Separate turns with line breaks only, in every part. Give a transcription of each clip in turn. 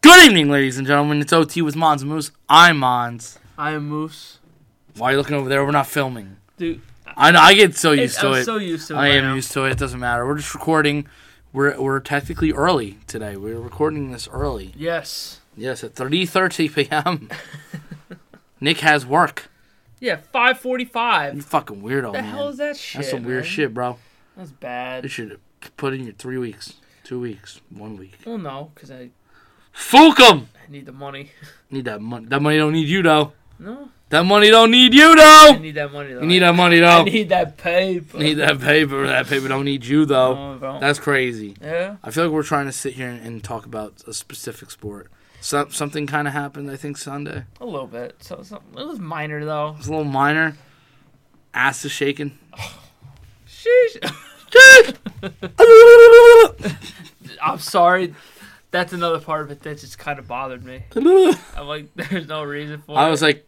Good evening, ladies and gentlemen. It's OT with Mons and Moose. I'm Mons.
I am Moose.
Why are you looking over there? We're not filming.
Dude,
I know. I get so used
it's-
to
I'm
it.
so used to it.
I
right
am
now.
used to it. It doesn't matter. We're just recording. We're we're technically early today. We're recording this early.
Yes.
Yes, at 3:30 p.m. Nick has work.
Yeah, 545.
You
What
fucking weirdo,
the
Oh, man.
hell is that shit?
That's some weird
man?
shit, bro.
That's
You
bad.
should put in your three weeks, two weeks, one week.
Well, no, because I,
Fuck 'em!
I need the money.
Need that money. That money don't need you though.
No,
That money don't need you
I
though.
need that money, though.
You need that money
I
though.
need that paper.
Need that oh. paper. That paper don't need you though.
No, bro.
That's crazy.
yeah.
I feel like we're trying to sit here and, and talk about a specific sport. So, something kind of happened, I think, Sunday.
A little bit. So, so it was minor though.
It was a little minor. Ass is shaking.
Sheesh. I'm sorry. That's another part of it that just kind of bothered me.
I
I'm like, there's no reason for it.
was like,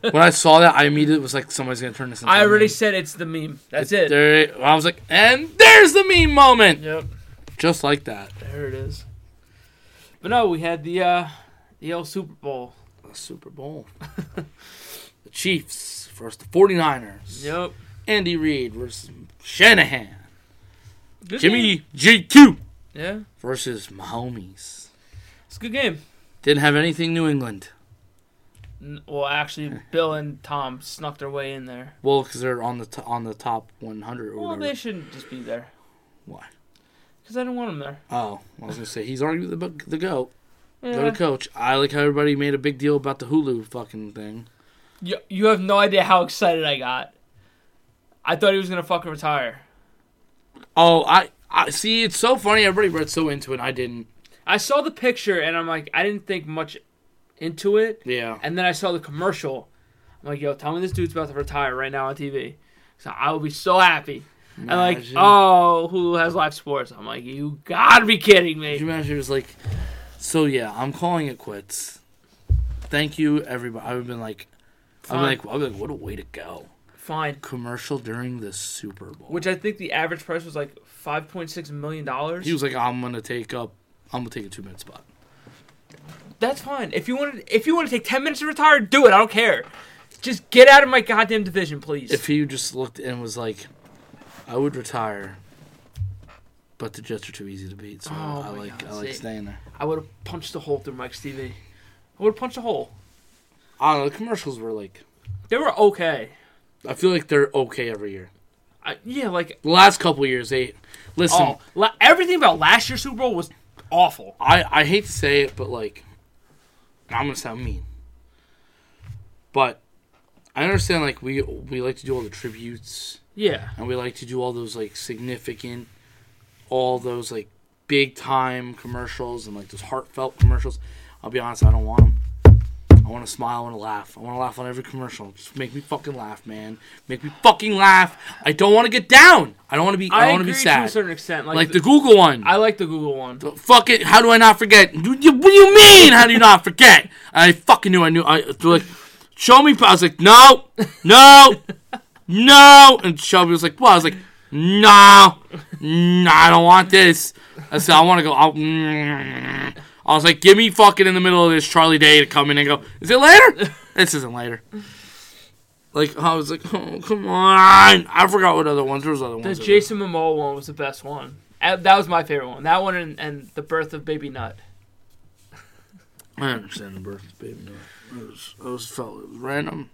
when I saw that, I immediately was like, somebody's going to turn this into
I
a
already
meme.
said it's the meme. That's it.
There, I was like, and there's the meme moment.
Yep.
Just like that.
There it is. But no, we had the uh the old Super Bowl.
Super Bowl. the Chiefs versus the 49ers.
Yep.
Andy Reid versus Shanahan.
Good game.
Jimmy GQ
Yeah.
versus Mahomes.
It's a good game.
Didn't have anything New England.
N- Well, actually, Bill and Tom snuck their way in there.
Well, because they're on the t- on the top 100 or
Well,
whatever.
they shouldn't just be there.
Why?
Because I didn't want them there.
Oh, I was gonna say he's arguing the bu- the goat,
Yeah.
goat coach. I like how everybody made a big deal about the Hulu fucking thing.
You, you have no idea how excited I got. I thought he was going to fucking retire.
Oh, I I see. It's so funny. Everybody read so into it. I didn't.
I saw the picture and I'm like, I didn't think much into it.
Yeah.
And then I saw the commercial. I'm like, yo, tell me this dude's about to retire right now on TV. So I will be so happy. And like,
Imagine-
oh, who has live sports? I'm like, you gotta be kidding
Could you
me.
imagine? It was like, so yeah, I'm calling it quits. Thank you, everybody. I would have been like, I'm
Fine.
like, I'm like, what a way to go.
Fine.
Commercial during the Super Bowl.
Which I think the average price was like five point six million dollars.
he was like, I'm gonna take up. I'm gonna take a two minute spot.
That's fine. If you want to, if you want to take ten minutes to retire, do it. I don't care. Just get out of my goddamn division, please.
if he just looked and was like, "I would retire," but the Jets are too easy to beat, so
Oh
I
my
like
God,
I like
see.
staying there.
I would have punched a hole through Mike's TV. I would have punched a hole.
I don't know. The commercials were like,
They were okay.
I feel like they're okay every year.
I, yeah, like
The last couple years, they listen.
oh, la- everything about last year's Super Bowl was awful.
I I hate to say it, but like, and I'm gonna sound mean, but I understand like we we like to do all the tributes
Yeah,
and we like to do all those like significant, all those like big time commercials and like those heartfelt commercials. I'll be honest, I don't want them. I want to smile, I want to laugh. I want to laugh on every commercial. Just make me fucking laugh, man. Make me fucking laugh. I don't want to get down. I don't want to be. I,
I,
don't want
agree
to be
to a
sad.
certain extent. Like,
Like the Google one.
I like the Google one.
Fuck it. How do I not forget? You- you- What do you mean? How do you not forget? I fucking knew. I knew. I they're like, show me. I was like, no, no, no. And Shelby was like, what? I was like, no, no. I don't want this. I said, I want to go. I'll, mm. I was like, give me fucking in the middle of this Charlie Day to come in and go. Is it later? This isn't later. Like I was like, oh come on! I forgot what other ones. There was other
The
ones.
Jason Momoa one was the best one. Uh, That was my favorite one. That one and, and the birth of Baby Nut.
I understand the birth of Baby Yoda. It was, it was felt it was random.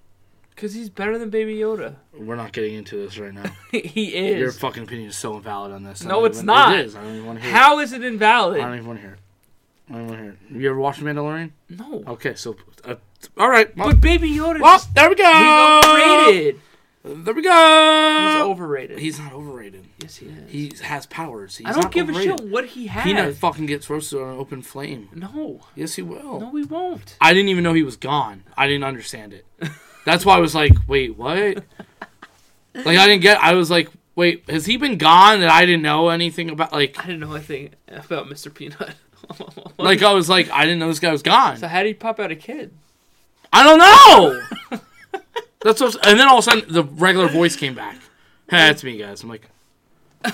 Cause he's better than Baby Yoda.
We're not getting into this right now.
he
Your
is.
fucking opinion is so invalid on this. I
No,
don't
it's
even-
not.
It is. I don't even want to hear
How is it
it. I don't
invalid?
even want to hear it. I don't even want to hear it. You ever watched Mandalorian?
No.
Okay, so. Uh, all right. Well,
But Baby Yoda.
well,
just-
there we go.
he's overrated.
There we
He's
go.
overrated.
He's not overrated.
yes, he is.
He has powers. He's
I don't
not
give
overrated.
a shit what he has.
He not fucking gets roasted on an open flame.
no.
Yes, he will.
No, we won't.
I didn't even know he was gone. I didn't understand it. That's why I was like, wait, what? like I didn't get. I was like, wait, has he been gone that I didn't know anything about? Like,
I didn't know anything about Mr. Peanut.
like uh, I was like, I didn't know this guy was gone.
so how do you pop out a kid?
I don't know. That's what, and then all of a sudden the regular voice came back. Hey, that's me, guys. I'm like,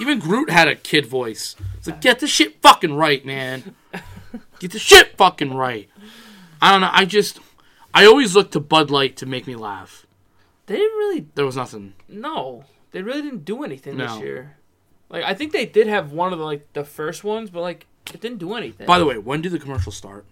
even Groot had a kid voice. It's like, get this shit fucking right, man. Get the shit fucking right. I don't know. I just, I always look to Bud Light to make me laugh.
They didn't really.
There was nothing.
No, they really didn't do anything
No.
this year. Like I think they did have one of the like the first ones, but like it didn't do anything.
By the way, when do the commercials start?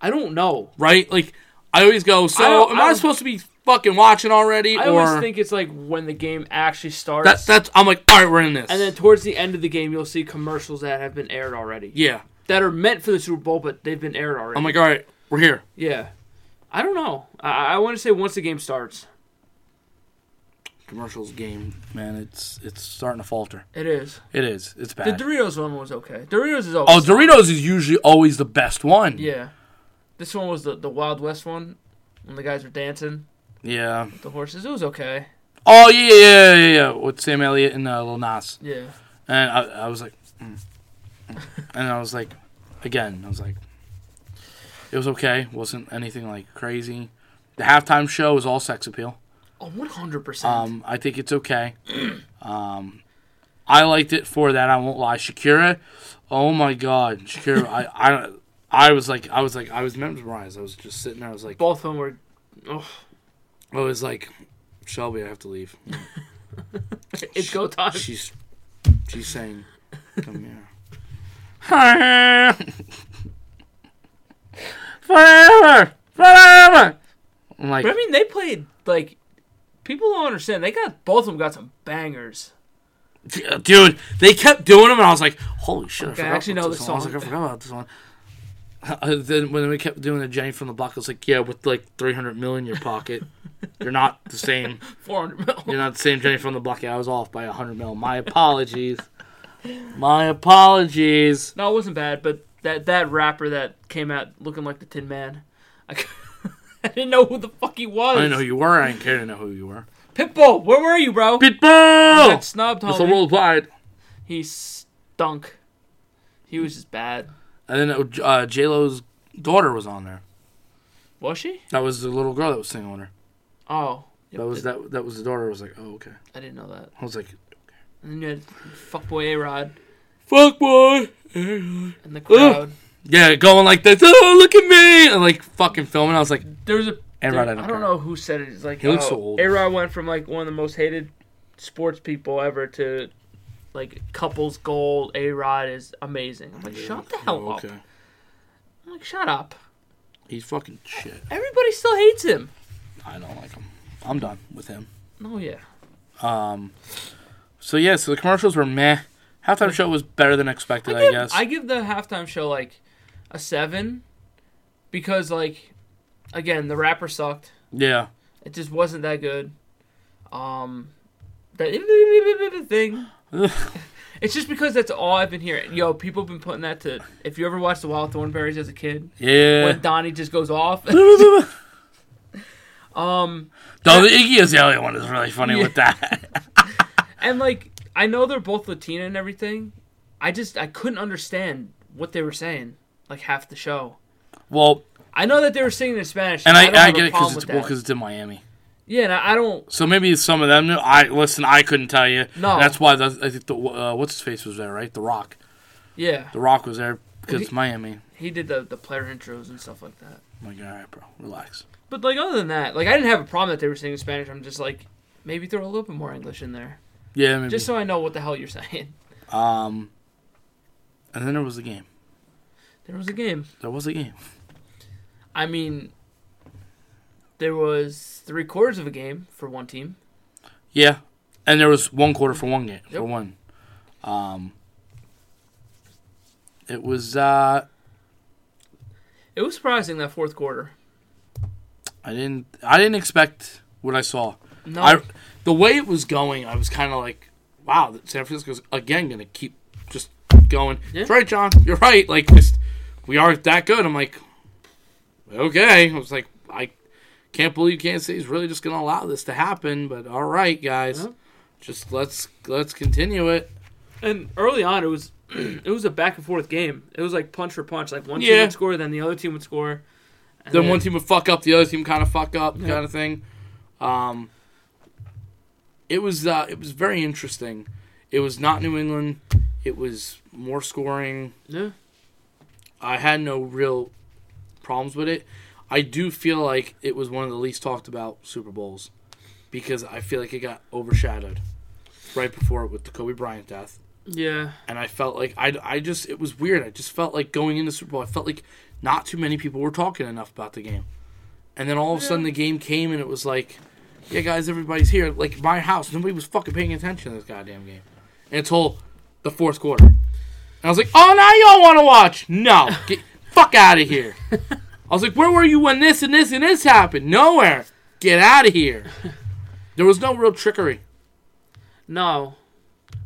I don't know.
Right? Like, I always go. So,
I don't-
am
I
I,
don't-
supposed to be fucking watching already?
I
or
always think it's like when the game actually starts.
that, that's. I'm like, all right, we're in this.
and then towards the end of the game, you'll see commercials that have been aired already.
yeah, Oh
That are meant for the Super Bowl, but they've been aired already.
I'm like, all right, we're here.
yeah. I don't know. I, I want to say once the game starts.
Commercials game, man. It's it's starting to falter.
It is.
It is. It's
The
bad.
Doritos one was okay. Doritos is always.
oh, Doritos is usually always the best one.
Yeah. This one was the, the Wild West one when the guys were dancing
Yeah.
with the horses. It was okay.
Oh yeah, yeah, yeah, yeah. With Sam Elliott and uh, Lil Nas,
Yeah.
and I, I was like, mm, mm. and I was like, again, I was like, it was okay. wasn't anything like crazy. The halftime show was all sex appeal.
Oh, 100%.
Um, I think it's okay. Um, I liked it for that. I won't lie. Shakira, oh my god, Shakira. I, I, I was like, I was like, I was mesmerized. I was just sitting there. I was like,
Both of them were. Oh,
I was like, Shelby, I have to leave.
it's go time.
She's she's saying, "Come here." forever, forever. I'm like,
But I mean, they played, like, people don't understand. They got, both of them got some bangers.
"D- uh, dude, they kept doing them, and I was like, holy shit!
Okay, I
I, forgot
actually
about
know
this
this
one. I was
song.
like, I forgot about this one. Uh, then when we kept doing the Jenny from the block, I was like, yeah, with like 300 mil in your pocket, you're not the same.
400 mil.
You're not the same Jenny from the block. I was off by 100 mil. My apologies. My apologies.
No, it wasn't bad, but that, that rapper that came out looking like the Tin Man, I, c- I didn't know who the fuck he was.
I didn't know who you were. I didn't care to know who you were.
Pitbull, where were you, bro? He
Pitbull!
got snubbed,
It's a
homie.
worldwide.
He stunk. He was just bad.
And then uh, J Lo's daughter was on there.
Was she?
That was the little girl that was singing on her.
Oh. Yep,
That was
I-
that. That was the daughter. I was like, oh okay.
I didn't know that.
I was like,
And then you had fuckboy A Rod
fuck boy.
in the crowd.
Yeah, going like this. Oh look at me! And like fucking filming. I was like,
There was a.
A-Rod,
there-
I don't
I
care.
don't know who said it. It's like
He looks so old.
A Rod went from like one of the most hated sports people ever to like couples gold. A Rod is amazing. I'm like, shut the hell
oh,
up. I'm like, shut up.
He's fucking shit.
Everybody still hates him.
I don't like him. I'm done with him.
Oh yeah.
Um. So yeah, so the commercials were meh. Halftime show was better than expected, I,
give,
guess.
I give the halftime show like a seven because like again the rapper sucked.
yeah.
It just wasn't that good. Um, that thing. It's just because that's all I've been hearing. Yo, people have been putting that to. If you ever watched the Wild Thornberries as a kid,
yeah.
when Donnie just goes off. um,
Though the Iggy Azalea one is really funny
Yeah.
with that.
and like I know they're both Latina and everything. I just I couldn't understand what they were saying. Like half the show.
Well,
I know that they were singing in Spanish,
and I,
don't
I,
have a
get it
problem
because it's
with
well
that.
'cause it's in Miami.
yeah, and I, I don't.
So maybe some of them knew. I listen. I couldn't tell you.
No.
that's why the, I think the uh, what's his face was there, right? The Rock.
Yeah,
The Rock was there because
He-
it's Miami.
he did the the player intros and stuff like that.
I'm like, all right, bro, relax.
But like other than that, like I didn't have a problem that they were singing Spanish. I'm just like maybe throw a little bit more English in there,
Yeah, maybe.
just so I know what the hell you're saying.
um, and then there was the game.
There was a game.
There was a game.
I mean, there was three quarters of a game for one team.
Yeah, and there was one quarter for one game for
Yep.
one. Um, it was. Uh,
It was surprising that fourth quarter.
I didn't. I didn't expect what I saw.
No,
I, the way it was going, I was kind of like, wow, that San Francisco's again going to keep just going.
Yeah.
That's right, John. You're right. Like, just we aren't that good. I'm like, okay. I was like, I can't believe Kansas City's really just going to allow this to happen. But all right, guys,
Yeah.
just let's let's continue it.
and early on it was it was a back and forth game. It was like punch for punch. Like one team
Yeah.
would score, then the other team would score. And
then one team would fuck up, the other team kind of fuck up,
Yeah.
kind of thing. Um, it was uh, it was very interesting. It was not New England. It was more scoring.
Yeah.
I had no real problems with it. I do feel like it was one of the least talked about Super Bowls because I feel like it got overshadowed right before it with the Kobe Bryant death.
Yeah.
And I felt like I, I just, it was weird. I just felt like going into Super Bowl, I felt like not too many people were talking enough about the game. And then all of a sudden the game came and it was like, yeah, guys, everybody's here. Like my house, nobody was fucking paying attention to this goddamn game until the fourth quarter. And I was like, oh, now y'all want to watch? No, get fuck out of here. I was like, where were you when this and this and this happened? Nowhere. Get out of here. There was no real trickery.
No.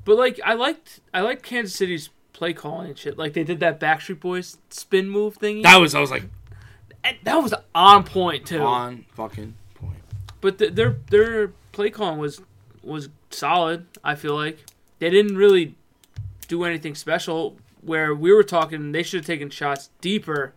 But like I liked I liked Kansas City's play calling and shit. Like they did that Backstreet Boys spin move thingy.
That was I was like
And that was on point too.
on fucking point.
But th- their their play calling was was solid. I feel like they didn't really do anything special. Where we were talking, they should have taken shots deeper,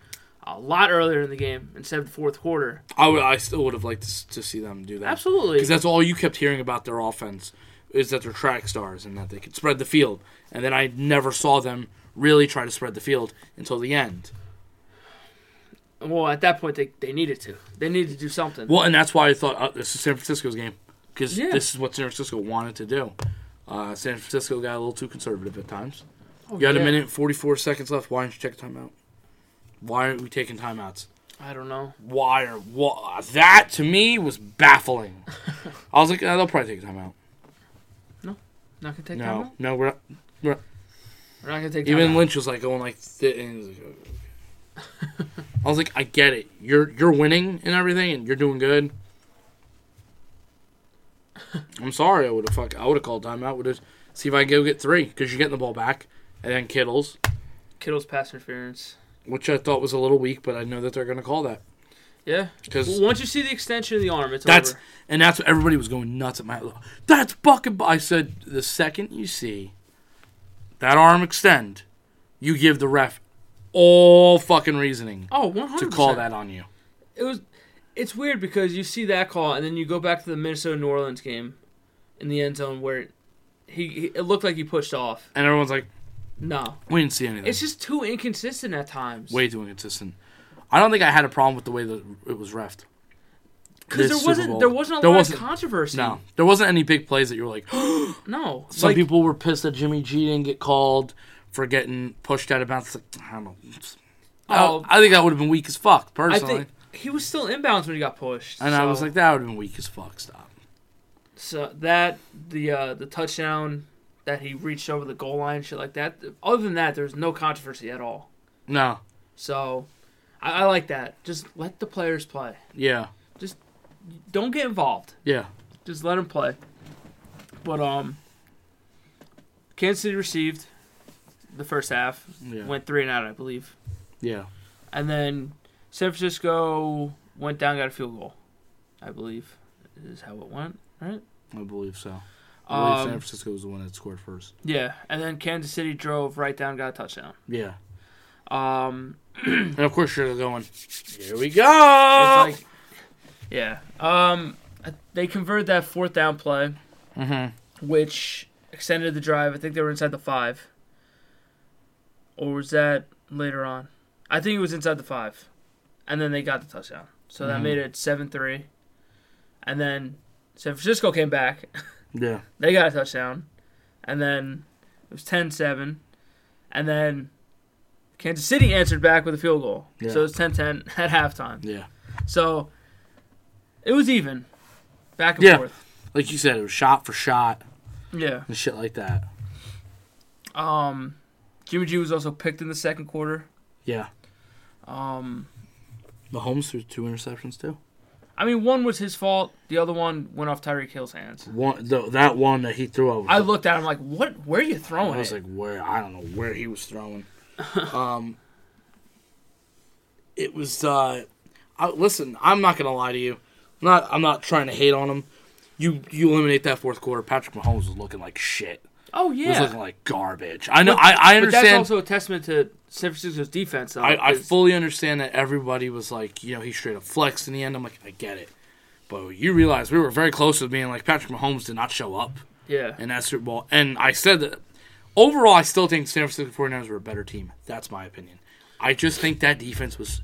a lot earlier in the game instead of the fourth quarter.
I would I still would have liked to, s- to see them do that.
Absolutely.
Because that's all you kept hearing about their offense is that they're track stars and that they could spread the field. And then I never saw them really try to spread the field until the end.
well, at that point, they, they needed to. They needed to do something.
Well, and that's why I thought uh, this is San Francisco's game because
Yeah.
this is what San Francisco wanted to do. Uh, San Francisco got a little too conservative at times.
Oh,
You had a
yeah.
minute and 44 seconds left. Why aren't you taking a timeout? Why aren't we taking timeouts?
I don't know.
Why are wha- that to me was baffling. I was like, "Uh, they'll probably take a timeout.
Not gonna take
No,
time out.
no, we're not. We're not.
We're not gonna take time
Even
out.
Lynch was like going like, th- and he was like, "Okay." I was like, I get it. You're you're winning and everything, and you're doing good. I'm sorry. I would have fuck. I would have called timeout. Would have see if I can go get three because you're getting the ball back, and then Kittle's,
Kittle's pass interference.
which I thought was a little weak, but I know that they're gonna call that
Yeah.
because
Well, once you see the extension of the arm, it's
that's
over.
and that's what everybody was going nuts at my. That's fucking. I said the second you see that arm extend, you give the ref all fucking reasoning.
Oh, 100%.
to call that on you.
it was it's weird because you see that call and then you go back to the Minnesota New Orleans game in the end zone where he, he it looked like he pushed off.
And everyone's like,
No.
we didn't see anything.
It's just too inconsistent at times.
Way too inconsistent. I don't think I had a problem with the way that it was refed. this
because there
Super Bowl.
wasn't there wasn't a
There
lot
wasn't-
of controversy.
No, there wasn't any big plays that you were like.
no.
Some
like,
people were pissed that Jimmy G didn't get called for getting pushed out of bounds. It's Like, I don't know.
Oh.
I, I think that would have been weak as fuck.
I
Personally,
think he was still inbounds when he got pushed.
and I was
so-
like, that would have been weak as fuck. Stop.
so that the uh, the touchdown that he reached over the goal line, shit like that. Other than that, there was no controversy at all.
No.
So I, I like that. Just let the players play.
Yeah.
Don't get involved.
Yeah.
Just let them play. But um, Kansas City received the first half.
Yeah.
Went three and out, I believe,
Yeah.
and then San Francisco went down, got a field goal, I believe, is how it went. Right?
I believe so. I believe
Um,
San Francisco was the one that scored first.
Yeah, and then Kansas City drove right down, got a touchdown.
Yeah.
Um,
And of course you're going. Here we go.
It's like, yeah. Um, they converted that fourth down play,
mm-hmm.
which extended the drive. I think they were inside the five. Or was that later on? I think it was inside the five, and then they got the touchdown. So that
Mhm.
made it seven three, and then San Francisco came back.
Yeah.
They got a touchdown, and then it was 10-7, and then Kansas City answered back with a field goal.
Yeah.
So it was 10-10 at halftime.
Yeah.
So it was even. Back and
Yeah.
forth.
like you said, it was shot for shot
Yeah.
and shit like that.
Um Jimmy G was also picked in the second quarter.
Yeah.
Um
Mahomes threw two interceptions too.
I mean one was his fault, the other one went off Tyreek Hill's hands.
One the, that one that he threw over.
I looked at him like, What where are you
I
throwing?
was
it?
like, where I don't know where he was throwing. um, it was. Uh, I, listen, I'm not gonna lie to you. I'm not I'm not trying to hate on him. You you eliminate that fourth quarter. Patrick Mahomes was looking like shit.
oh
He was
yeah.
looking like garbage. I know. I I
but that's
understand.
also a testament to San Francisco's defense. Though,
I, I
'cause-
fully understand that everybody was like, you know, he straight up flexed in the end. I'm like, I get it. But you realize we were very close to being like Patrick Mahomes did not show up
yeah.
in that Super Bowl. And I said that overall, I still think San Francisco 49ers were a better team. That's my opinion. I just think that defense was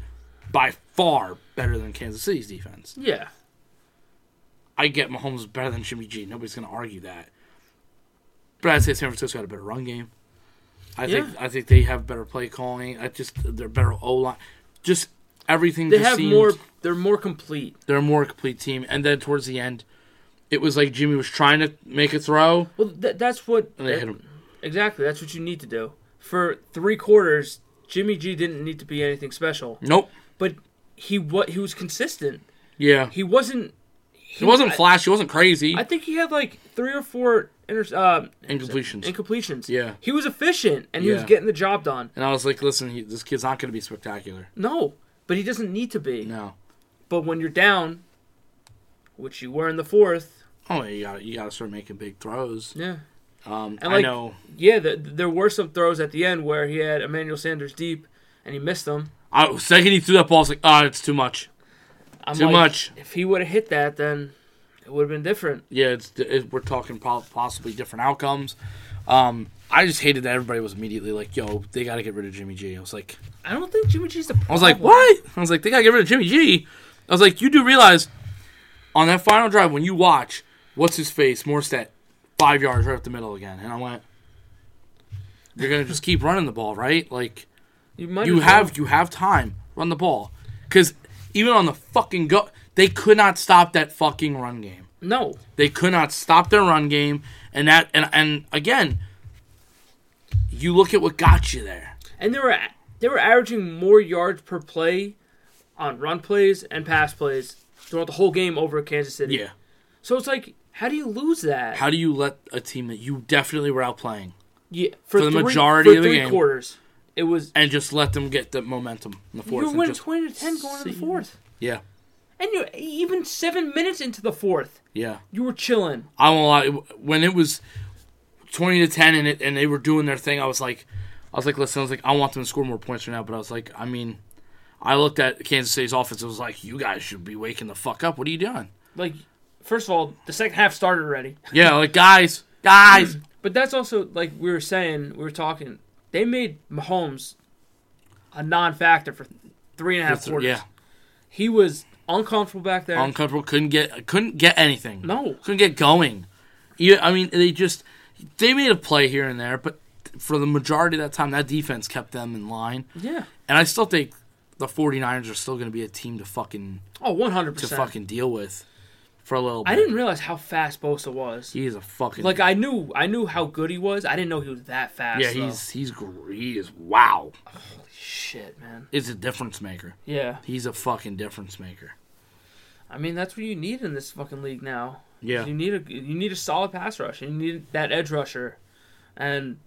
by far better than Kansas City's defense.
Yeah.
I get Mahomes is better than Jimmy G. Nobody's going to argue that. But I'd say San Francisco had a better run game. I think
Yeah.
I think they have better play calling. I just they're better O line. Just everything.
They
just
have
seems-
more. They're more complete.
They're a more complete team. And then towards the end, it was like Jimmy was trying to make a throw,
Well, th- that's what.
and they hit him.
Exactly. That's what you need to do. For three quarters, Jimmy G didn't need to be anything special,
Nope.
but he what he was consistent.
Yeah.
He wasn't. He
It wasn't
I-
flashy. It wasn't crazy.
I think he had like three or four inter- uh,
Incompletions.
incompletions.
Yeah.
He was efficient and he was
Yeah.
getting the job done.
and I was like, listen, he, this kid's not going to be spectacular.
No, but he doesn't need to be.
No.
But when you're down, which you were in the fourth,
Oh, you got you got to start making big throws.
yeah.
Um,
And,
I
like,
know.
Yeah, th there were some throws at the end where he had Emmanuel Sanders deep and he missed them.
I, second he threw that ball, I was like, ah, it's too much.
I'm
Too
like,
much.
If he would have hit that, then it would have been different.
Yeah, it's it, we're talking po- possibly different outcomes. Um, I just hated that everybody was immediately like, yo, they got to get rid of Jimmy G. I was like,
I don't think Jimmy G's the problem.
I was like, what? I was like, they got to get rid of Jimmy G. I was like, you do realize on that final drive when you watch, what's his face, Morstead, five yards right up the middle again, and I went, you're gonna just keep running the ball, right? Like
You, might
you
as well.
have you have time, run the ball, because even on the fucking go, they could not stop that fucking run game.
no.
They could not stop their run game, and that and and again, you look at what got you there.
And they were they were averaging more yards per play on run plays and pass plays throughout the whole game over Kansas City.
Yeah.
So it's like, how do you lose that?
How do you let a team that you definitely were outplaying
yeah, for,
the
three-
majority
for
of the
three
game.
quarters, it was
and just let them get the momentum in the
you
fourth?
were
and
winning
just-
twenty to ten going to the
see.
fourth,
yeah,
and you even seven minutes into the fourth,
yeah.
you were chilling.
I won't lie. it- When it was twenty to ten, and it, and they were doing their thing, I was like, I was like, listen, I was like, I want them to score more points right now. But I was like, I mean, I looked at Kansas City's offense. I was like, you guys should be waking the fuck up. What are you doing?
Like, first of all, the second half started already.
Yeah, like guys, guys.
But that's also like we were saying, we were talking. They made Mahomes a non-factor for three and a half quarters.
yeah,
he was uncomfortable back there.
uncomfortable. Couldn't get couldn't get anything.
No.
couldn't get going. Yeah, I mean, they just they made a play here and there, but for the majority of that time, that defense kept them in line.
yeah.
And I still think the 49ers are still going to be a team to fucking
Oh, one hundred
to
percent.
fucking deal with for a little bit.
I didn't realize how fast Bosa was.
He's a fucking
Like I knew, I knew how good he was. I didn't know he was that fast.
yeah,
though.
he's he's gr- he is wow.
shit, man.
He's a difference maker.
Yeah.
He's a fucking difference maker.
I mean, that's what you need in this fucking league now.
Yeah.
You need a you need a solid pass rush. and You need that edge rusher, and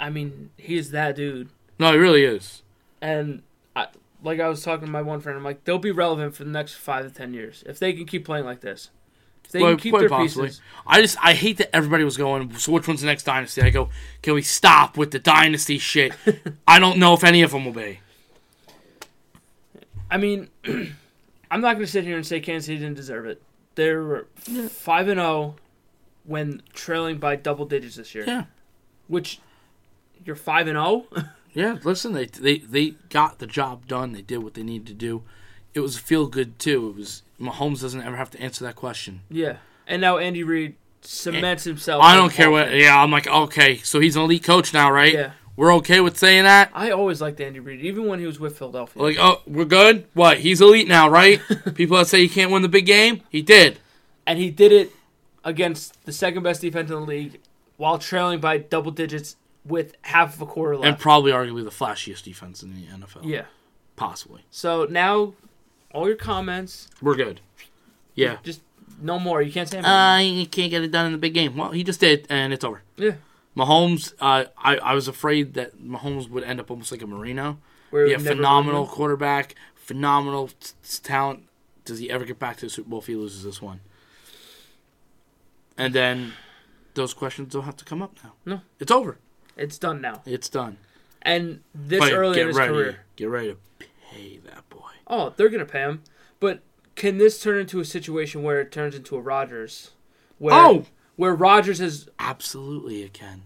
I mean, he is that dude.
No, he really is.
And I, like I was talking to my one friend, I'm like, they'll be relevant for the next five to ten years if they can keep playing like this. If they
Quite,
can keep
quite
their
possibly.
pieces.
I just I hate that everybody was going. So which one's the next dynasty? I go. Can we stop with the dynasty shit? I don't know if any of them will be.
I mean, I'm not going to sit here and say Kansas City didn't deserve it. They're five and zero when trailing by double digits this year.
Yeah.
Which you're five and oh? zero.
Yeah, listen, they they they got the job done. They did what they needed to do. It was feel good too. It was Mahomes doesn't ever have to answer that question.
Yeah. And now Andy Reid cements himself.
Eh, I
in
don't
the
care
Hall of
what.
Fame.
Yeah, I'm like okay, so he's an elite coach now, right?
Yeah.
We're okay with saying that.
I always liked Andy Reid, even when he was with Philadelphia.
Like, oh, we're good. What? He's elite now, right? People that say he can't win the big game, he did.
and he did it against the second best defense in the league while trailing by double digits with half of a quarter left.
And probably arguably the flashiest defense in the NFL.
yeah.
Possibly.
So now all your comments,
We're good. Yeah.
just no more. You can't say anything.
Uh, he can't get it done in the big game. Well, he just did, and it's over.
yeah.
Mahomes, uh, I, I was afraid that Mahomes would end up almost like a Marino.
Where
Yeah,
we never
phenomenal
remember.
quarterback, phenomenal t- t- talent. Does he ever get back to the Super Bowl if he loses this one? And then those questions don't have to come up now.
No.
It's over.
It's done now.
It's done.
And this
But
early
get
in his
ready.
career.
Get ready to pay that boy.
Oh, they're gonna pay him. But can this turn into a situation where it turns into a Rodgers? Where
Oh!
where Rodgers has
Absolutely, it can.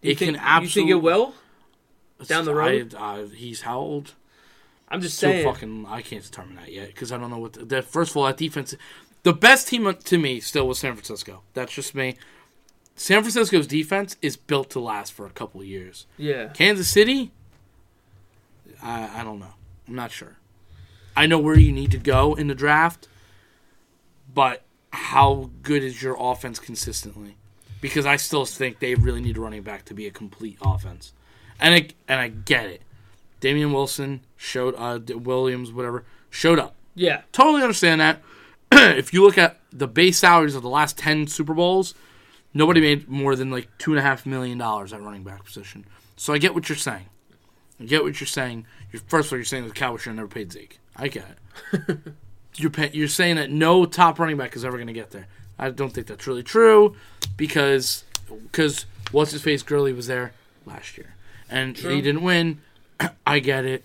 you
it
think,
can absolutely.
you think it will? down the road?
I, I, he's how old?
I'm just
So
saying.
fucking, I can't determine that yet because I don't know what. The, the- first of all, that defense, the best team to me still was San Francisco. That's just me. San Francisco's defense is built to last for a couple of years.
Yeah.
Kansas City, I, I don't know. I'm not sure. I know where you need to go in the draft, but how good is your offense consistently? Because I still think they really need a running back to be a complete offense, and I and I get it. Damian Wilson showed uh, D- Williams whatever showed up.
Yeah.
Totally understand that. if you look at the base salaries of the last ten Super Bowls, nobody made more than like two and a half million dollars at running back position. So I get what you're saying. I get what you're saying. You're, first of all, you're saying that the Cowboys should have never paid Zeke. I get it. you're pay, you're saying that no top running back is ever going to get there. I don't think that's really true because because what's his face Gurley was there last year and he didn't win. I get it,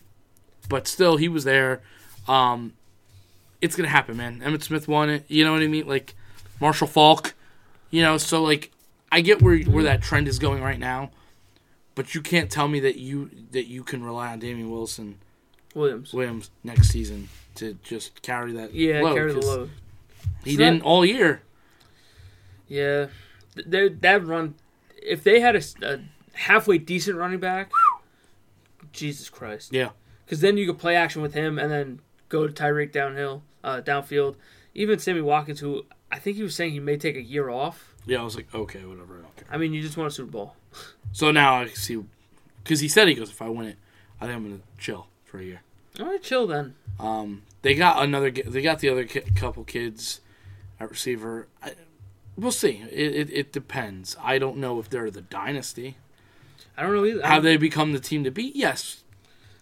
but still he was there. Um, it's gonna happen, man. Emmett Smith won it. You know what I mean? Like Marshall Falk. You know, so like I get where where that trend is going right now, but you can't tell me that you that you can rely on Damian Wilson
Williams.
Williams next season to just carry that.
Yeah,
load,
carry the
'cause
load.
He
It's
didn't all year.
Yeah, Th- they, that run. If they had a, s- a halfway decent running back, Jesus Christ.
Yeah.
Because then you could play action with him and then go to Tyreek downhill, uh, downfield. Even Sammy Watkins, who I think he was saying he may take a year off.
Yeah, I was like, okay, whatever. I don't care.
I mean, you just won a Super Bowl.
So now I see, because he said he goes, if I win it, I think I'm gonna chill for a year.
All right, chill then.
Um, they got another. ki- They got the other ki- couple kids at receiver. I, we'll see. It, it, it depends. I don't know if they're the dynasty.
I don't know either. I
Have
don't-
they become the team to beat? Yes,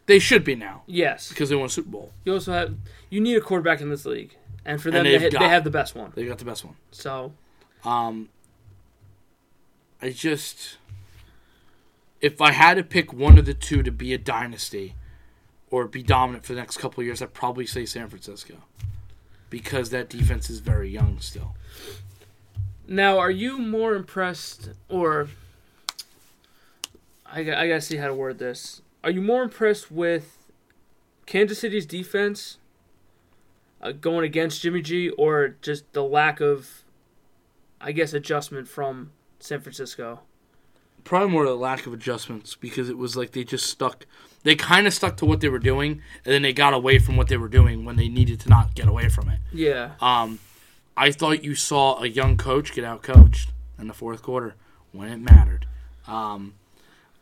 they should be now
Yes.
because they won a Super Bowl.
You also have you need a quarterback in this league, and for them they,
they've
ha-
got-
they have the best one.
They got the best one.
So
Um, I just, if I had to pick one of the two to be a dynasty or be dominant for the next couple of years, I'd probably say San Francisco because that defense is very young still.
now, are you more impressed, or I, got- I gotta see how to word this? Are you more impressed with Kansas City's defense uh, going against Jimmy G, or just the lack of, I guess, adjustment from San Francisco?
Probably more the lack of adjustments because it was like they just stuck. They kind of stuck to what they were doing, and then they got away from what they were doing when they needed to not get away from it.
Yeah,
Um, I thought you saw a young coach get out coached in the fourth quarter when it mattered. Um,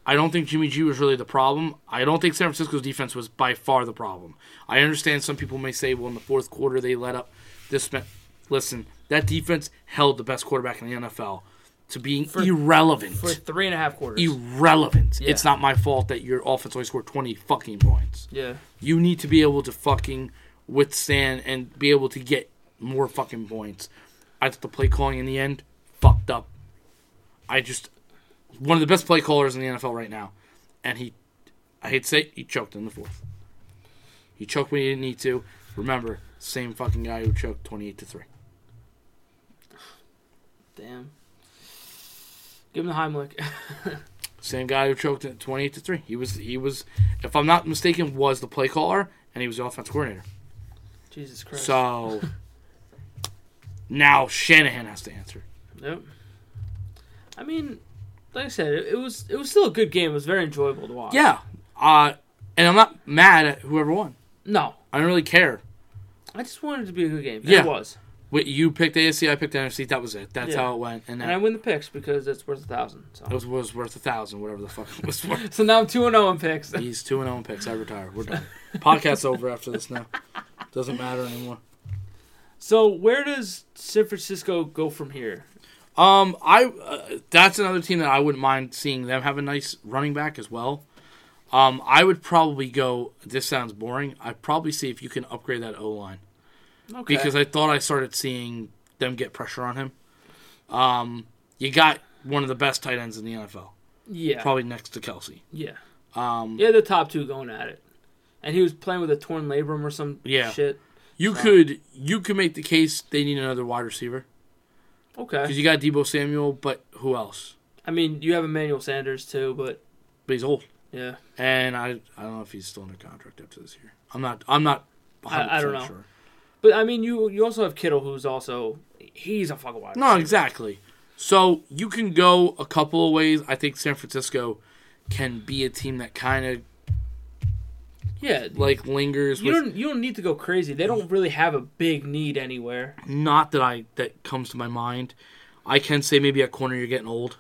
I don't think Jimmy G was really the problem. I don't think San Francisco's defense was by far the problem. I understand some people may say, well, in the fourth quarter they let up this. Ma-. Listen, that defense held the best quarterback in the NFL to being irrelevant.
for three and a half quarters.
irrelevant.
Yeah.
It's not my fault that your offense only scored twenty fucking points.
yeah,
You need to be able to fucking withstand and be able to get more fucking points. I thought the play calling in the end fucked up. I just one of the best play callers in the NFL right now, and he, I hate to say, it, he choked in the fourth. He choked when he didn't need to. Remember, same fucking guy who choked twenty-eight to three.
damn. Give him the Heimlich.
Same guy who choked at twenty-eight to three. He was he was, if I'm not mistaken, was the play caller and he was the offense coordinator.
Jesus Christ.
So now Shanahan has to answer.
Yep. I mean, like I said, it, it was it was still a good game. It was very enjoyable to watch.
Yeah. Uh, and I'm not mad at whoever won.
No,
I don't really care.
I just wanted it to be a good game.
Yeah.
It was,
What you picked AFC, I picked NFC. That was it. That's
Yeah.
how it went. And,
and I
that
win the picks because it's worth a thousand. So,
was, was worth a thousand, whatever the fuck it was worth.
so now I'm two and zero in picks.
He's two and zero in picks. I retire. We're done. Podcast's over after this now. Doesn't matter anymore.
so where does San Francisco go from here?
Um, I uh, that's another team that I wouldn't mind seeing them have a nice running back as well. Um, I would probably go. This sounds boring. I'd probably see if you can upgrade that O line.
Okay.
because I thought I started seeing them get pressure on him. Um, you got one of the best tight ends in the NFL,
yeah,
probably next to Kelsey.
yeah,
Um,
yeah, the top two going at it, and he was playing with a torn labrum or some
Yeah.
shit.
you could you could make the case they need another wide receiver because
Okay.
you got Debo Samuel, but who else?
I mean, you have Emmanuel Sanders too, but
But he's old.
Yeah.
and I I don't know if he's still under contract after this year. I'm not I'm not.
I- I don't
100%
know. But I mean, you you also have Kittle, who's also he's a fucking wide.
No,
receiver.
exactly. So you can go a couple of ways. I think San Francisco can be a team that kind of
Yeah.
like lingers
You
with
don't you don't need to go crazy. They don't really have a big need anywhere.
not that I that comes to my mind. I can say maybe at corner you're getting old,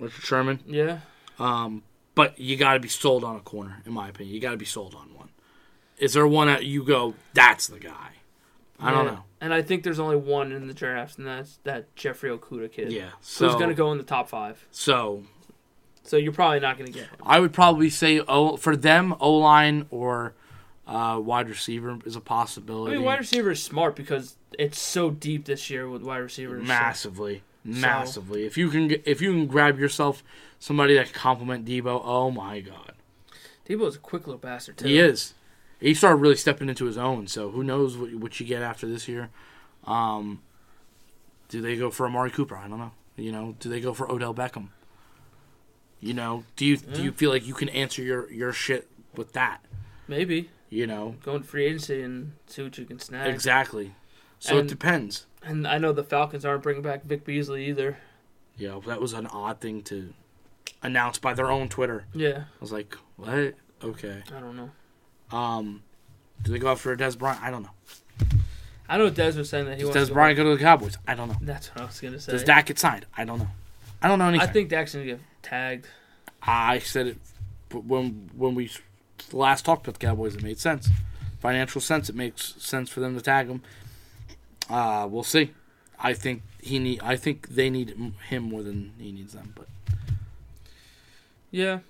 Richard Sherman.
Yeah.
Um, but you got to be sold on a corner, in my opinion. You got to be sold on one. Is there one that you go? That's the guy. I don't
Yeah.
know.
And I think there's only one in the draft, and that's that Jeffrey Okuda kid.
Yeah. So
So who's gonna go in the top five?
So
So you're probably not gonna get him.
I would probably say oh for them O line or uh, wide receiver is a
I
possibility.
mean, wide receiver is smart because it's so deep this year with wide receivers. so-
massively, massively. If you can, get- if you can grab yourself somebody that can complement Debo, oh my god,
Debo's a quick little bastard too.
he is. He started really stepping into his own. So who knows what, what you get after this year? Um, do they go for Amari Cooper? I don't know. You know, do they go for Odell Beckham? You know, do you do
Hmm.
you feel like you can answer your your shit with that?
Maybe
You know,
go in free agency and see what you can snag.
exactly. So
And-
it depends.
And I know the Falcons aren't bringing back Vic Beasley either.
You know, that was an odd thing to announce by their own Twitter.
Yeah,
I was like, what? Okay.
I don't know.
Um, do they go after Des Bryant? I don't know.
I know Des was saying that he
Does
wants
Des
to go
Bryant go to the Cowboys? I don't know.
back- That's what I was gonna say.
Does Dak get signed? I don't know. I don't know
I
anything. I,
think Dak's gonna get tagged.
said it but when when we last talked about the Cowboys. It made sense, financial sense. It makes sense for them to tag him. Uh, we'll see. I think he need. I think they need m- him more than he needs them, but
Yeah,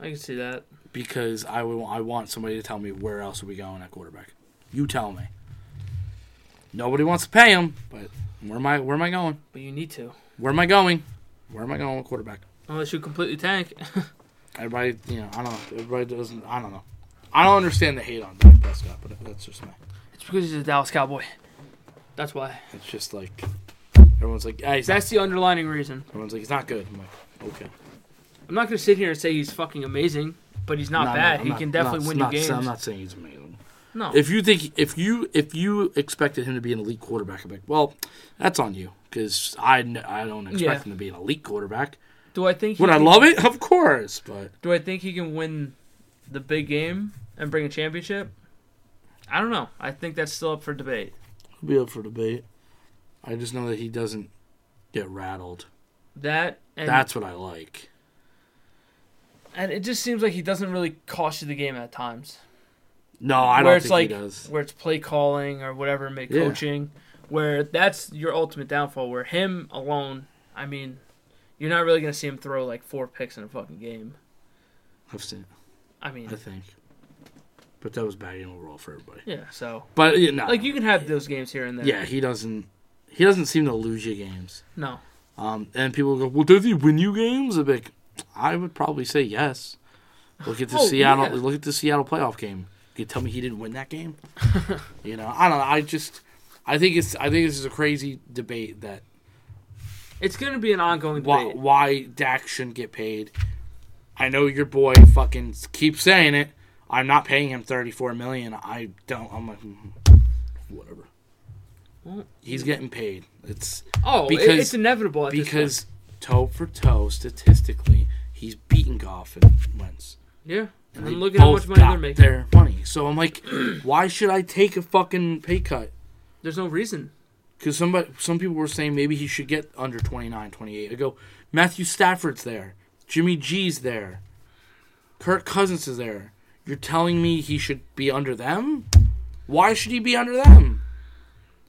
I can see that.
because I would, I want somebody to tell me where else are we going at quarterback. You tell me. Nobody wants to pay him, but where am I? Where am I going?
But you need to,
Where am I going? Where am I going with quarterback?
unless you completely tank.
Everybody, you know, I don't know. Everybody doesn't. I don't know. I don't understand the hate on Dak Prescott, but that's just me.
it's because he's a Dallas Cowboy. That's why.
It's just like everyone's like, hey, he's not,
That's the underlining reason.
everyone's like, he's not good. I'm like, okay,
I'm not gonna sit here and say he's fucking amazing, but he's not
No, no,
bad.
I'm
he
not-
can
I'm
definitely
not-
win
not-
you games.
I'm not saying he's amazing.
no,
If you think if you if you expected him to be an elite quarterback, I'm like, well, that's on you because I n- I don't expect
Yeah.
him to be an elite quarterback.
do I think he
Would I
can-
love it? Of course, but
Do I think he can win the big game and bring a championship? I don't know. I think that's still up for debate.
it'll be up for debate. I just know that he doesn't get rattled.
That and
That's what I like.
and it just seems like he doesn't really cost you the game at times.
No, I
where
don't
it's
think
like
he does.
where it's play calling or whatever, make
Yeah.
coaching, where that's your ultimate downfall. Where him alone, I mean, you're not really gonna see him throw like four picks in a fucking game.
I've seen.
I mean,
I think. But that was batting overall for everybody.
yeah. So
But you know,
like you can have those games here and there.
yeah, he doesn't. He doesn't seem to lose you games.
No.
Um, and people go, "Well, does he win you games?" I'm like, I would probably say yes. Look at the
Oh,
Seattle.
yeah.
Look at the Seattle playoff game. You tell me he didn't win that game? you know, I don't know. I just, I think it's, I think this is a crazy debate that
It's gonna be an ongoing
why,
debate.
why Dak shouldn't get paid. I know your boy fucking keeps saying it. I'm not paying him 34 million. I don't. I'm like, mm, whatever.
Well,
He's getting paid. It's
Oh, it-
because-
it's inevitable at this point.
because toe for toe, statistically, he's beaten Goff and Wentz.
Yeah.
And
And
they
look at how
both
much money they're
got
making.
Their money. So I'm like, why should I take a fucking pay cut?
There's no reason.
Because somebody, some people were saying maybe he should get under 29, 28. I go, Matthew Stafford's there. Jimmy G's there. Kirk Cousins is there. You're telling me he should be under them? Why should he be under them?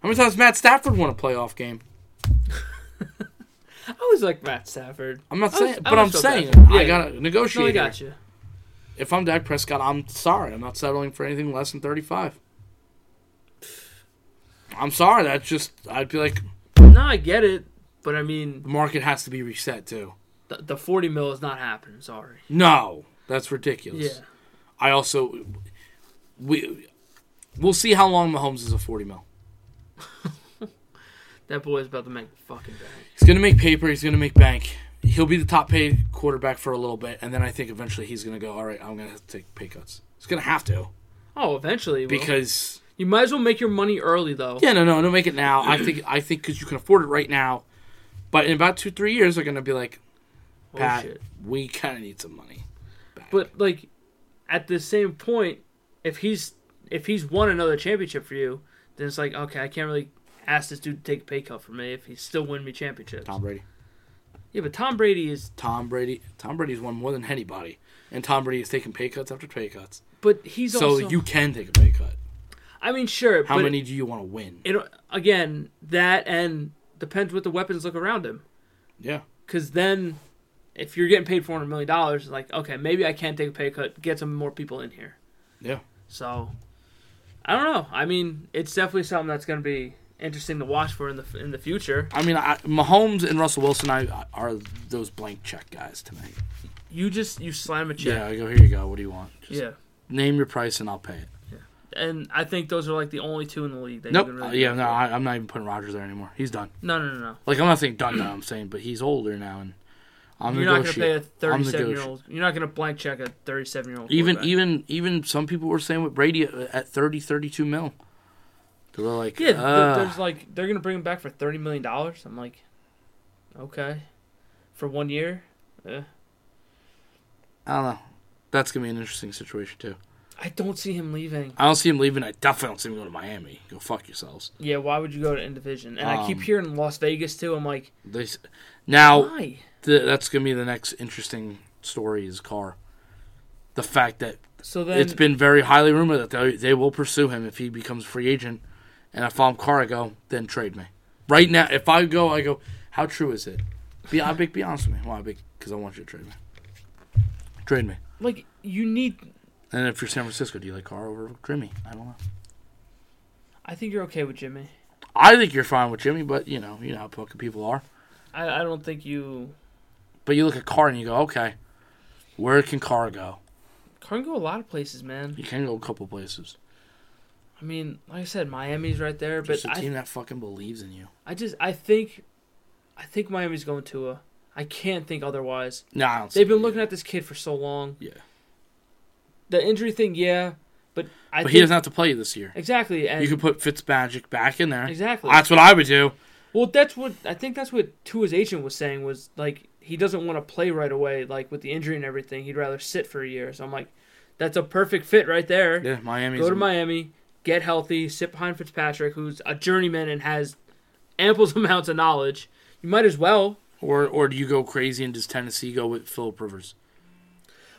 How many times Matt Stafford won a playoff game?
I always like Matt Stafford.
I'm not
I was-
saying,
I
but
was
I'm
so
saying
bad. Yeah,
I
yeah.
gotta negotiate.
No,
here.
I got you.
If I'm Dak Prescott, I'm sorry. I'm not settling for anything less than 35. I'm sorry. That's just I'd be like
No, I get it, but I mean,
the market has to be reset too.
the, the 40 mil is not happening. Sorry.
No, that's
Yeah.
ridiculous. I also we we'll see how long Mahomes is a forty mil.
That boy's about to make fucking bang.
He's gonna make paper. He's gonna make bank. He he'll be the top paid quarterback for a little bit, and then I think eventually he's gonna go. All right, I'm gonna have to take pay cuts. He's gonna have to
Oh, eventually. Because
because
you might as well make your money early though.
yeah, no, no, no, make it now. I think I think because you can afford it right now, but in about two three years they're gonna be like,
Oh,
Pat,
shit.
we kind of need some money. Back.
But like, at the same point, if he's if he's won another championship for you, then it's like okay, I can't really ask this dude to take a pay cut for me if he's still winning me championships.
Tom Brady,
Yeah, but Tom Brady is,
Tom Brady, Tom Brady's won more than anybody, and Tom Brady is taking pay cuts after pay cuts.
but he's
so
also.
you can take a pay cut.
I mean, sure.
How
but
many do you want to win?
It again that and depends what the weapons look around him.
yeah,
Because then, if you're getting paid four hundred million dollars, like okay, maybe I can take a pay cut, get some more people in here.
yeah.
So, I don't know. I mean, it's definitely something that's going to be interesting to watch for in the in the future.
I mean, I, Mahomes and Russell Wilson I, are those blank check guys to me.
You just you slam a
Yeah,
check.
I go here. You go. What do you want? Just
Yeah.
name your price and I'll pay it.
And I think those are like the only two in the league that
Nope.
you can
Uh,
really.
yeah, no, I, I'm not even putting Rogers there anymore. He's done.
No, no, no, no.
Like I'm not saying done. now, I'm saying, but he's older now, and I'm
You're not going to pay a
negotiating. I'm
37 year
negotiating.
old. You're not going to blank check a 37 year old.
Even even even some people were saying with Brady at- at 30, 32 mil. They were like,
Yeah, th-
uh,
there's like they're gonna bring him back for thirty million dollars. I'm like, okay, for one year. Eh.
I don't know. That's gonna be an interesting situation too.
I don't see him leaving.
I don't see him leaving. I definitely don't see him going to Miami. Go fuck yourselves.
Yeah, why would you go to End Division? And I keep
Um,
hearing Las Vegas too. I'm like,
They s- now
why?
th- that's gonna be the next interesting story is Carr. The fact that
So then
it's been very highly rumored that they, they will pursue him if he becomes a free agent. And if I'm Carr, I go, then trade me. Right now, if I go, I go. How true is it? Be I big. Be honest with me. Why big? Because I want you to trade me. Trade me.
like you need.
And if you're San Francisco, do you like Carr over Jimmy? I don't know.
I think you're okay with Jimmy.
I think you're fine with Jimmy, but you know, you know how fucking people are.
I, I don't think you
But you look at Carr and you go, okay, where can Carr go?
can go a lot of places, man.
You can go a couple places.
I mean, like I said, Miami's right there, but
Just a
I
team that fucking believes in you.
I just I think I think Miami's going to a. I can't think otherwise.
No, I don't see
They've been
it.
looking at this kid for so long.
Yeah.
The injury thing, yeah, but I
but
think
he doesn't have to play this year.
exactly. And
You could put Fitzmagic back in there.
exactly.
That's what I would do.
well, that's what I think. That's what Tua's agent was saying was like he doesn't want to play right away, like with the injury and everything. He'd rather sit for a year. So I'm like, that's a perfect fit right there.
Yeah, Miami's
Go to Miami, get healthy, sit behind Fitzpatrick, who's a journeyman and has ample amounts of knowledge. You might as well.
or or do you go crazy and does Tennessee go with Philip Rivers?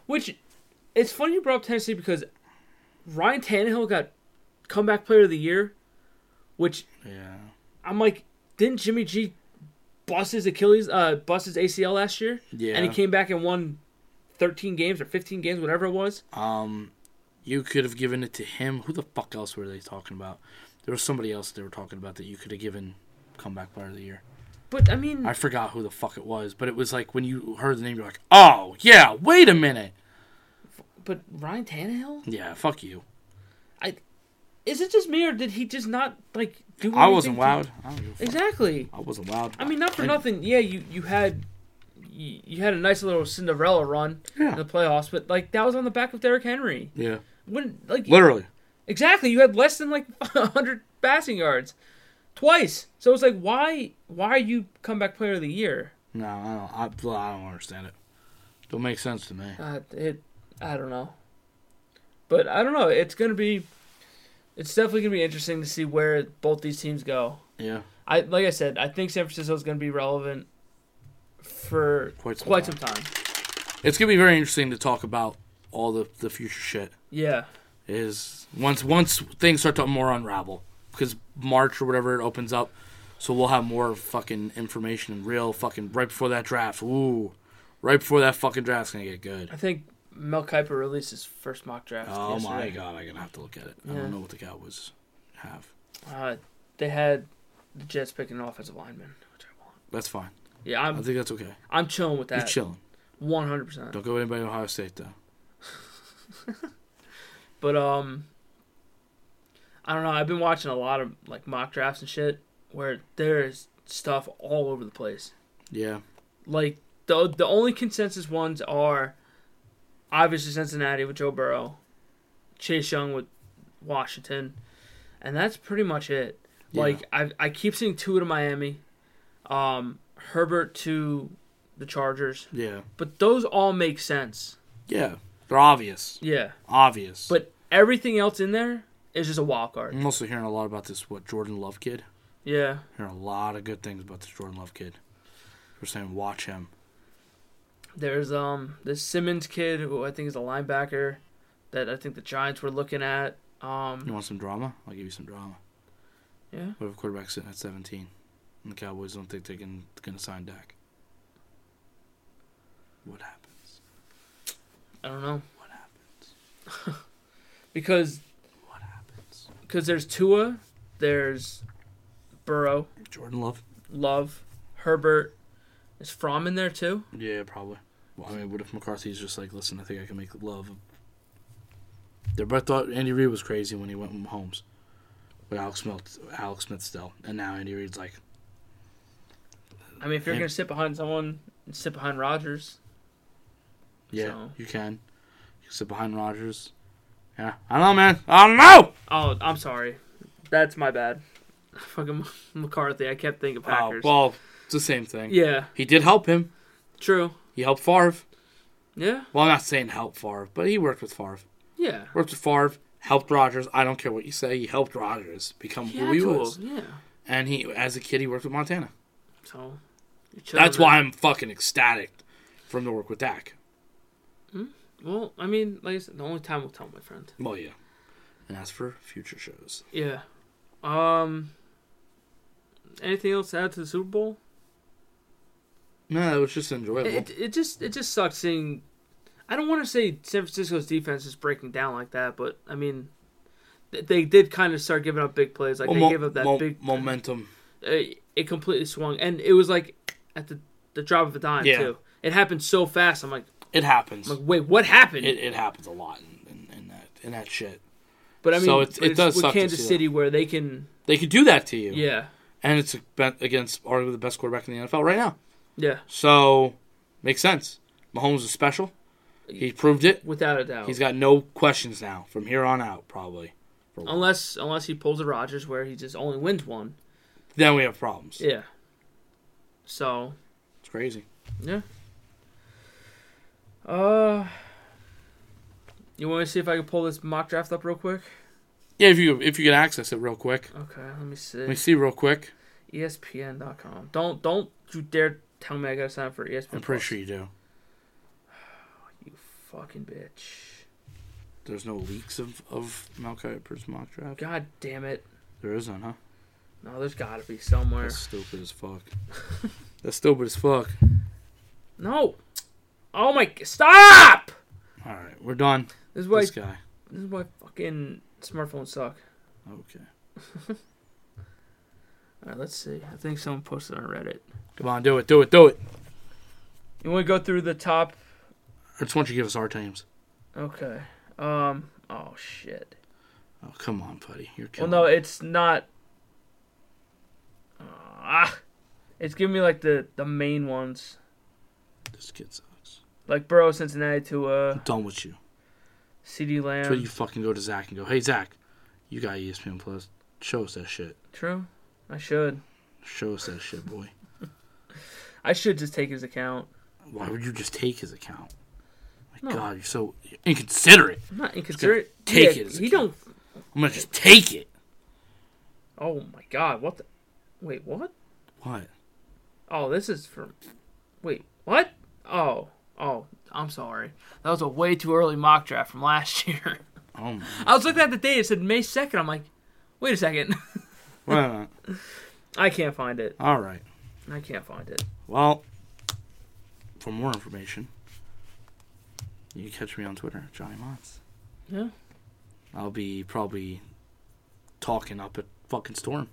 Which it's funny you brought up Tennessee because Ryan Tannehill got comeback player of the year, which
Yeah,
I'm like, didn't Jimmy G bust his Achilles, uh, bust his ACL last year?
yeah.
And he came back and won 13 games or 15 games, whatever it was.
um, you could have given it to him. Who the fuck else were they talking about? There was somebody else they were talking about that you could have given comeback player of the year.
But I mean,
I forgot who the fuck it was, but it was like when you heard the name, you're like, oh yeah, wait a minute.
but Ryan Tannehill?
Yeah, fuck you.
Is it just me or did he just not like do?
I wasn't
anything
wowed. I, don't give a fuck.
Exactly.
I wasn't wowed.
I mean, not for
And-
nothing. Yeah, you you had you, you had a nice little Cinderella run in
Yeah,
the playoffs, but like that was on the back of Derrick Henry.
yeah.
When like
Literally,
Exactly. You had less than like 100 passing yards twice. So it's like, why why are you comeback player of the year?
no, I don't. I, I don't understand it. Don't make sense to me.
Uh, it, I don't know. But I don't know. It's gonna be, it's definitely gonna be interesting to see where both these teams go.
Yeah,
I like I said, I think San Francisco is gonna be relevant for
Quite some
quite
time.
some time.
it's gonna be very interesting to talk about all the the future shit.
Yeah.
Is once once things start to more unravel because March or whatever it opens up, so we'll have more fucking information and real fucking right before that draft. Ooh, right before that fucking draft's gonna get good.
I think Mel Kiper released his first mock draft.
Oh my
yesterday.
god, I'm gonna have to look at it. I
Yeah.
don't know what the Cowboys have.
Uh, they had the Jets picking an offensive lineman, which I want.
That's fine.
Yeah,
I
I'm
think that's okay.
I'm chilling with
You're
Um, that.
chilling.
One hundred percent.
Don't go with anybody in Ohio State though.
But um, I don't know. I've been watching a lot of like mock drafts and shit where there is stuff all over the place.
Yeah.
Like the the only consensus ones are obviously Cincinnati with Joe Burrow, Chase Young with Washington, and that's pretty much it.
Yeah.
Like I I keep seeing two to Miami, um, Herbert to the Chargers,
Yeah.
but those all make sense.
Yeah. They're obvious.
Yeah,
Obvious.
but everything else in there is just a wild card.
I'm also hearing a lot about this what Jordan Love kid.
Yeah,
Hearing a lot of good things about this Jordan Love kid. We're saying watch him.
there's um this Simmons kid who I think is a linebacker that I think the Giants were looking at.
You
Um,
want some drama? I'll give you some drama.
yeah,
What if quarterback's sitting at 17 and the Cowboys don't think they're going to sign Dak? What happens?
I don't know
What happens?
because
What happens?
because there's Tua, there's Burrow,
Jordan Love?
Love, Herbert. Is Fromm in there too?
Yeah, probably. Well, I mean, what if McCarthy's just like, listen, I think I can make love. They both thought Andy Reid was crazy when he went with Mahomes, with Alex Smith, Alex Smith still, and now Andy Reid's like,
I mean, if you're
Yeah.
gonna sit behind someone, sit behind Rodgers.
yeah,
So-
you can. You can sit behind Rodgers. Yeah, I don't know, man. I don't know.
Oh, I'm sorry, that's my bad. Fucking McCarthy. I kept thinking
Oh,
Packers.
well, it's the same thing.
yeah,
He did help him.
true.
He helped Favre.
Yeah,
Well, I'm not saying help Favre, but he worked with Favre.
yeah.
Worked with Favre. Helped Rodgers. I don't care what you say. He helped Rodgers become
He
who
had
he
to,
was.
Yeah.
And he, as a kid, he worked with Montana.
So you chill,
That's
man.
why I'm fucking ecstatic for him to work with Dak.
Well, I mean, like I said, the only time will tell, my friend.
Well, yeah. And as for future shows,
Yeah. Um. Anything else to add to the Super Bowl?
no, it was just enjoyable.
It, it just it just sucks seeing. I don't want to say San Francisco's defense is breaking down like that, but I mean, th- they did kind of start giving up big plays. Like
Well,
they
mo-
gave up that
mo-
big.
momentum.
uh, it completely swung, and it was like at the the drop of a dime
Yeah.
too. It happened so fast. I'm like,
It happens.
I'm like wait, what happened?
It, it happens a lot in, in, in that in that shit.
but I mean,
so it's-
but
it does
with
suck to
Kansas
see that.
City where they can,
They could do that to you.
yeah,
And it's been against arguably the best quarterback in the NFL right now.
yeah,
So makes sense. Mahomes is special. He proved it.
without a doubt.
He's got no questions now from here on out, probably.
unless unless he pulls a Rogers where he just only wins one.
Then we have problems.
Yeah. So
It's crazy.
yeah. Uh, you want me to see if I can pull this mock draft up real quick?
Yeah, if you if you can access it real quick.
Okay, let me see. E
Let me see real quick.
ESPN.com. Don't don't you dare tell me I gotta sign up for E ESPN.
I'm pretty sure you do.
You fucking bitch.
There's no leaks of of Malachi Eppert's mock draft.
God damn it.
There is none, huh?
No, there's gotta be somewhere.
That's stupid as fuck. That's stupid as fuck.
No. Oh my. Stop.
All right, we're done.
This is why.
This
This
guy.
is why fucking smartphones suck.
Okay.
All right, let's see. I think someone posted on Reddit.
Come on, do it, do it, do it.
You want to go through the top?
I just want you to give us our teams.
Okay. Um. Oh shit.
Oh, come on, buddy. You're
Well,
killing.
no,
me.
it's not. Ah, it's giving me like the the main ones,
this kid sucks.
like Burrow, Cincinnati to uh
I'm done with you.
C.D.
That's
Lamb.
where you fucking go to Zach and go, "Hey, Zach, you got E ESPN Plus? Show us that shit.
True. I should.
Show us that shit, boy.
I should just take his account.
Why would you just take his account? My
No.
God, you're so inconsiderate.
I'm not inconsiderate.
take
Yeah,
it as
He don't.
account. I'm gonna just take it.
Oh my god! What the? Wait, what?
What?
Oh, this is from. Wait, what? Oh, oh, I'm sorry. That was a way too early mock draft from last year.
Oh my.
I was looking at the date. It said May second. I'm like, wait a second.
Wait a minute.
I can't find it.
All right.
I can't find it.
Well, for more information, you can catch me on Twitter, Johnny Mons.
Yeah.
I'll be probably talking up at fucking Storm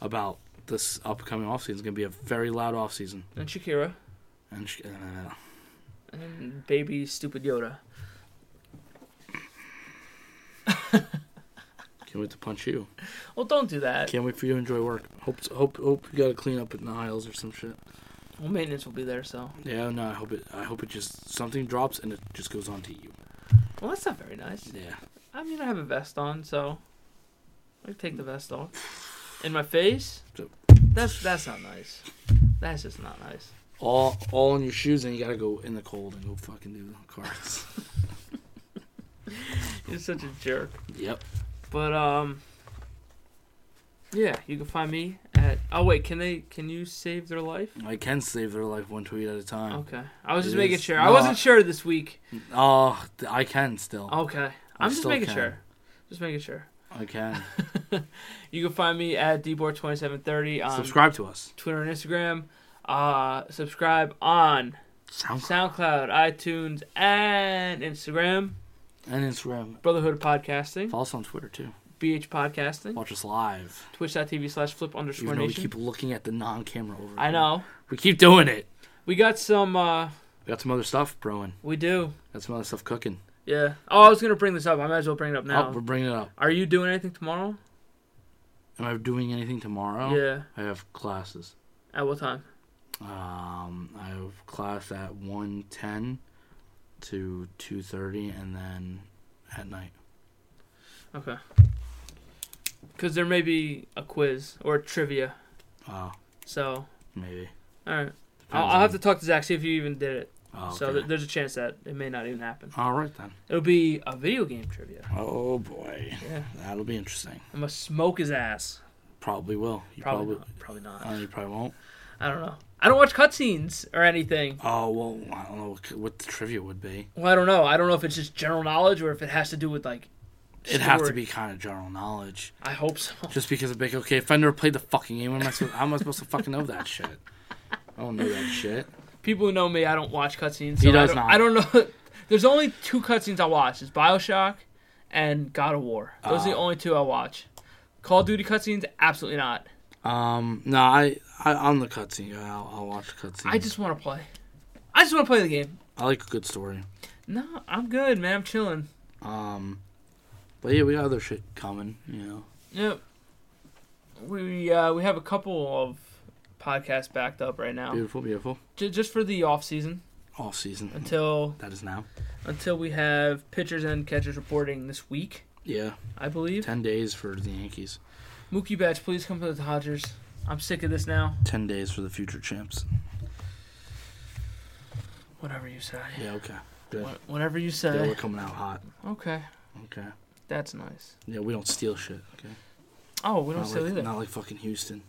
about this upcoming offseason. It's going to be a very loud offseason.
And Shakira
And sh- uh,
and baby stupid Yoda.
can't wait to punch you.
Well, don't do that.
Can't wait for you to enjoy work. Hope hope hope you got to clean up at the aisles or some shit.
Well, maintenance will be there, so.
Yeah, no, I hope it. I hope it just something drops and it just goes on to you.
Well, that's not very nice.
Yeah.
I mean, I have a vest on, so I can take the vest off. In my face?
So-
That's that's not nice. That's just not nice.
All all in your shoes, and you gotta go in the cold and go fucking do the cards.
You're such a jerk.
yep.
But um, yeah, you can find me at. Oh wait, can they? Can you save their life?
I can save their life one tweet at a time.
Okay, I was just
It
making
is
sure. I wasn't
not-
sure this week.
Oh, th- I can still.
Okay, I'm just
still
making
can.
sure. Just making sure.
I can.
You can find me at dboard2730 on
Subscribe to us.
Twitter and Instagram. Uh, subscribe on
Sound
SoundCloud, iTunes, and Instagram.
and Instagram.
Brotherhood of Podcasting,
Follow us on Twitter too.
BH Podcasting,
Watch us live.
twitch.tv slash flip underscore
Even though we
nation.
keep looking at the non-camera over.
I
here.
know.
We keep doing it.
We got some, uh,
We got some other stuff brewing.
we do.
Got some other stuff cooking.
Yeah. Oh, I was gonna bring this up. I might as well bring it up now.
Oh, we're bringing it up.
Are you doing anything tomorrow?
Am I doing anything tomorrow?
Yeah.
I have classes.
At what time?
Um, I have class at one ten to two thirty, and then at night.
Okay. Because there may be a quiz or trivia.
Oh,
So,
maybe.
all right. I'll,
Depends
I'll have
on-
to talk to Zach see if you even did it.
Oh, okay.
So th- there's a chance that it may not even happen.
All right then.
It'll be a video game trivia.
Oh boy,
Yeah.
that'll be interesting.
I'm gonna smoke his ass.
Probably will. You
Probably
probably.
not. Probably not.
uh, you probably won't.
I don't know. I don't watch cutscenes or anything.
Oh well, I don't know what, what the trivia would be.
Well, I don't know. I don't know if it's just general knowledge or if it has to do with like.
It'd have to
story.
be kind of general knowledge.
I hope so.
Just because it'd be like, okay, if I never played the fucking game, what am I supposed, how am I supposed to fucking know that shit? I don't know that shit.
People who know me, I don't watch cutscenes. So
He does
I don't,
not.
I don't know. There's only two cutscenes I watch: is Bioshock and God of War. Those are the
Ah.
only two I watch. Call of Duty cutscenes, absolutely not.
Um, no, I, I I'm the cutscene guy. I'll, I'll watch the cutscene.
I just want to play. I just want to play the game.
I like a good story.
No, I'm good, man. I'm chilling.
Um, but yeah, we got other shit coming. You know,
Yep. We uh, we have a couple of podcasts backed up right now,
beautiful, beautiful
J- just for the off season
off season.
until
that is now.
until we have pitchers and catchers reporting this week,
Yeah,
I believe.
ten days for the Yankees.
Mookie Betts, please come to the Dodgers. I'm sick of this now.
Ten days for the future champs.
Whatever you say.
Yeah, okay. Good.
Wha- Whatever you
Yeah, we're
say.
coming out hot.
Okay,
Okay.
that's nice.
Yeah, we don't steal shit. Okay.
Oh, we don't
Not
steal
like,
either.
not like fucking Houston.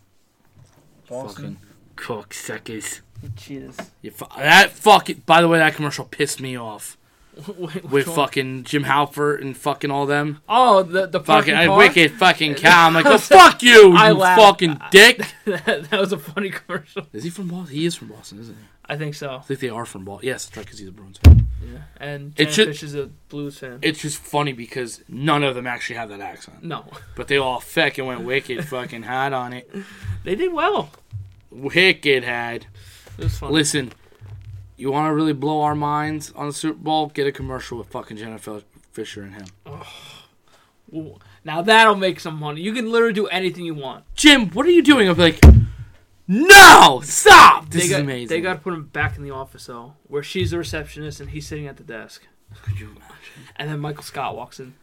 Boston.
Fucking cocksuckers.
Jesus.
You fu- that fucking. By the way, that commercial pissed me off.
Wait,
With
which one?
fucking Jim Halpert and fucking all them.
Oh, the the
Fucking
fucking
I
car?
wicked fucking cow. I'm like, well, fuck you,
I
you
laughed.
fucking dick.
that, that was a funny commercial.
Is he from Boston? He is from Boston, isn't he?
I think so.
I think they are from Boston. Yes, that's right, because he's a Bruins fan.
Yeah. And
It
Janet
should-
Fish is a Blues fan.
It's just funny because none of them actually have that accent,
no,
but they all fucking went wicked fucking hot on it.
they did well.
Wicked had.
It was funny.
Listen, you want to really blow our minds on the Super Bowl? Get a commercial with fucking Jennifer Fisher and him.
Ooh, Now that'll make some money. You can literally do anything you want.
Jim, what are you doing? I'm like, no, stop. This
they
is
got,
amazing.
They got to put him back in the office though, where she's the receptionist and he's sitting at the desk.
Could you imagine?
And then Michael Scott walks in.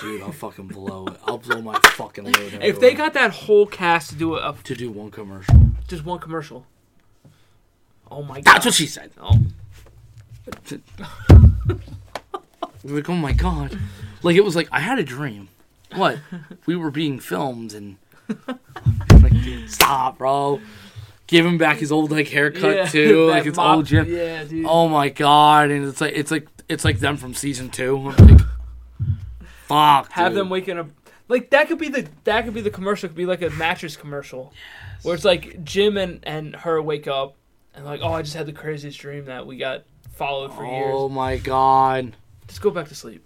Dude, I'll fucking blow it. I'll blow my fucking load.
If they
everywhere
got that whole cast to do a,
to do one commercial,
just one commercial, oh my god.
that's what she said.
Oh,
Like, oh my god. Like it was like I had a dream. What? we were being filmed and like, dude, stop, bro. Give him back his old like haircut
yeah,
too.
that
Like it's
mop-
old Jim.
Yeah, dude.
Oh my god. And it's like it's like it's like them from season two. I'm like, fuck.
Have
dude.
them waking up. Like that could be the that could be the commercial. Could be like a mattress commercial, where it's like Jim and and her wake up and like, oh, I just had the craziest dream that we got followed for years.
Oh my god.
Just go back to sleep.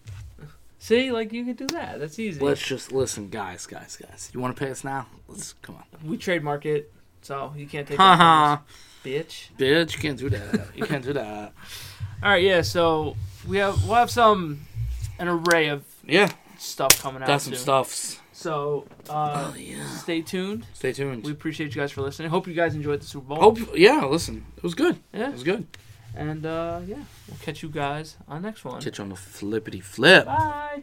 See, like you can do that. That's easy.
Let's just listen, guys, guys, guys. You wanna pay us now? Let's come on.
we trademark it, so you can't take that
Haha.
from us, bitch.
Bitch, you can't do that. You can't do that.
All right, yeah. So we have we'll have some an array of
Yeah.
stuff coming out.
Got some
soon.
stuffs. Oh,
So uh, stay tuned.
Stay tuned.
We appreciate you guys for listening. Hope you guys enjoyed the Super Bowl.
Hope yeah, listen. It was good. It
Yeah.
was good.
And uh, yeah, we'll catch you guys on next one.
Catch you on the flippity flip.
Bye.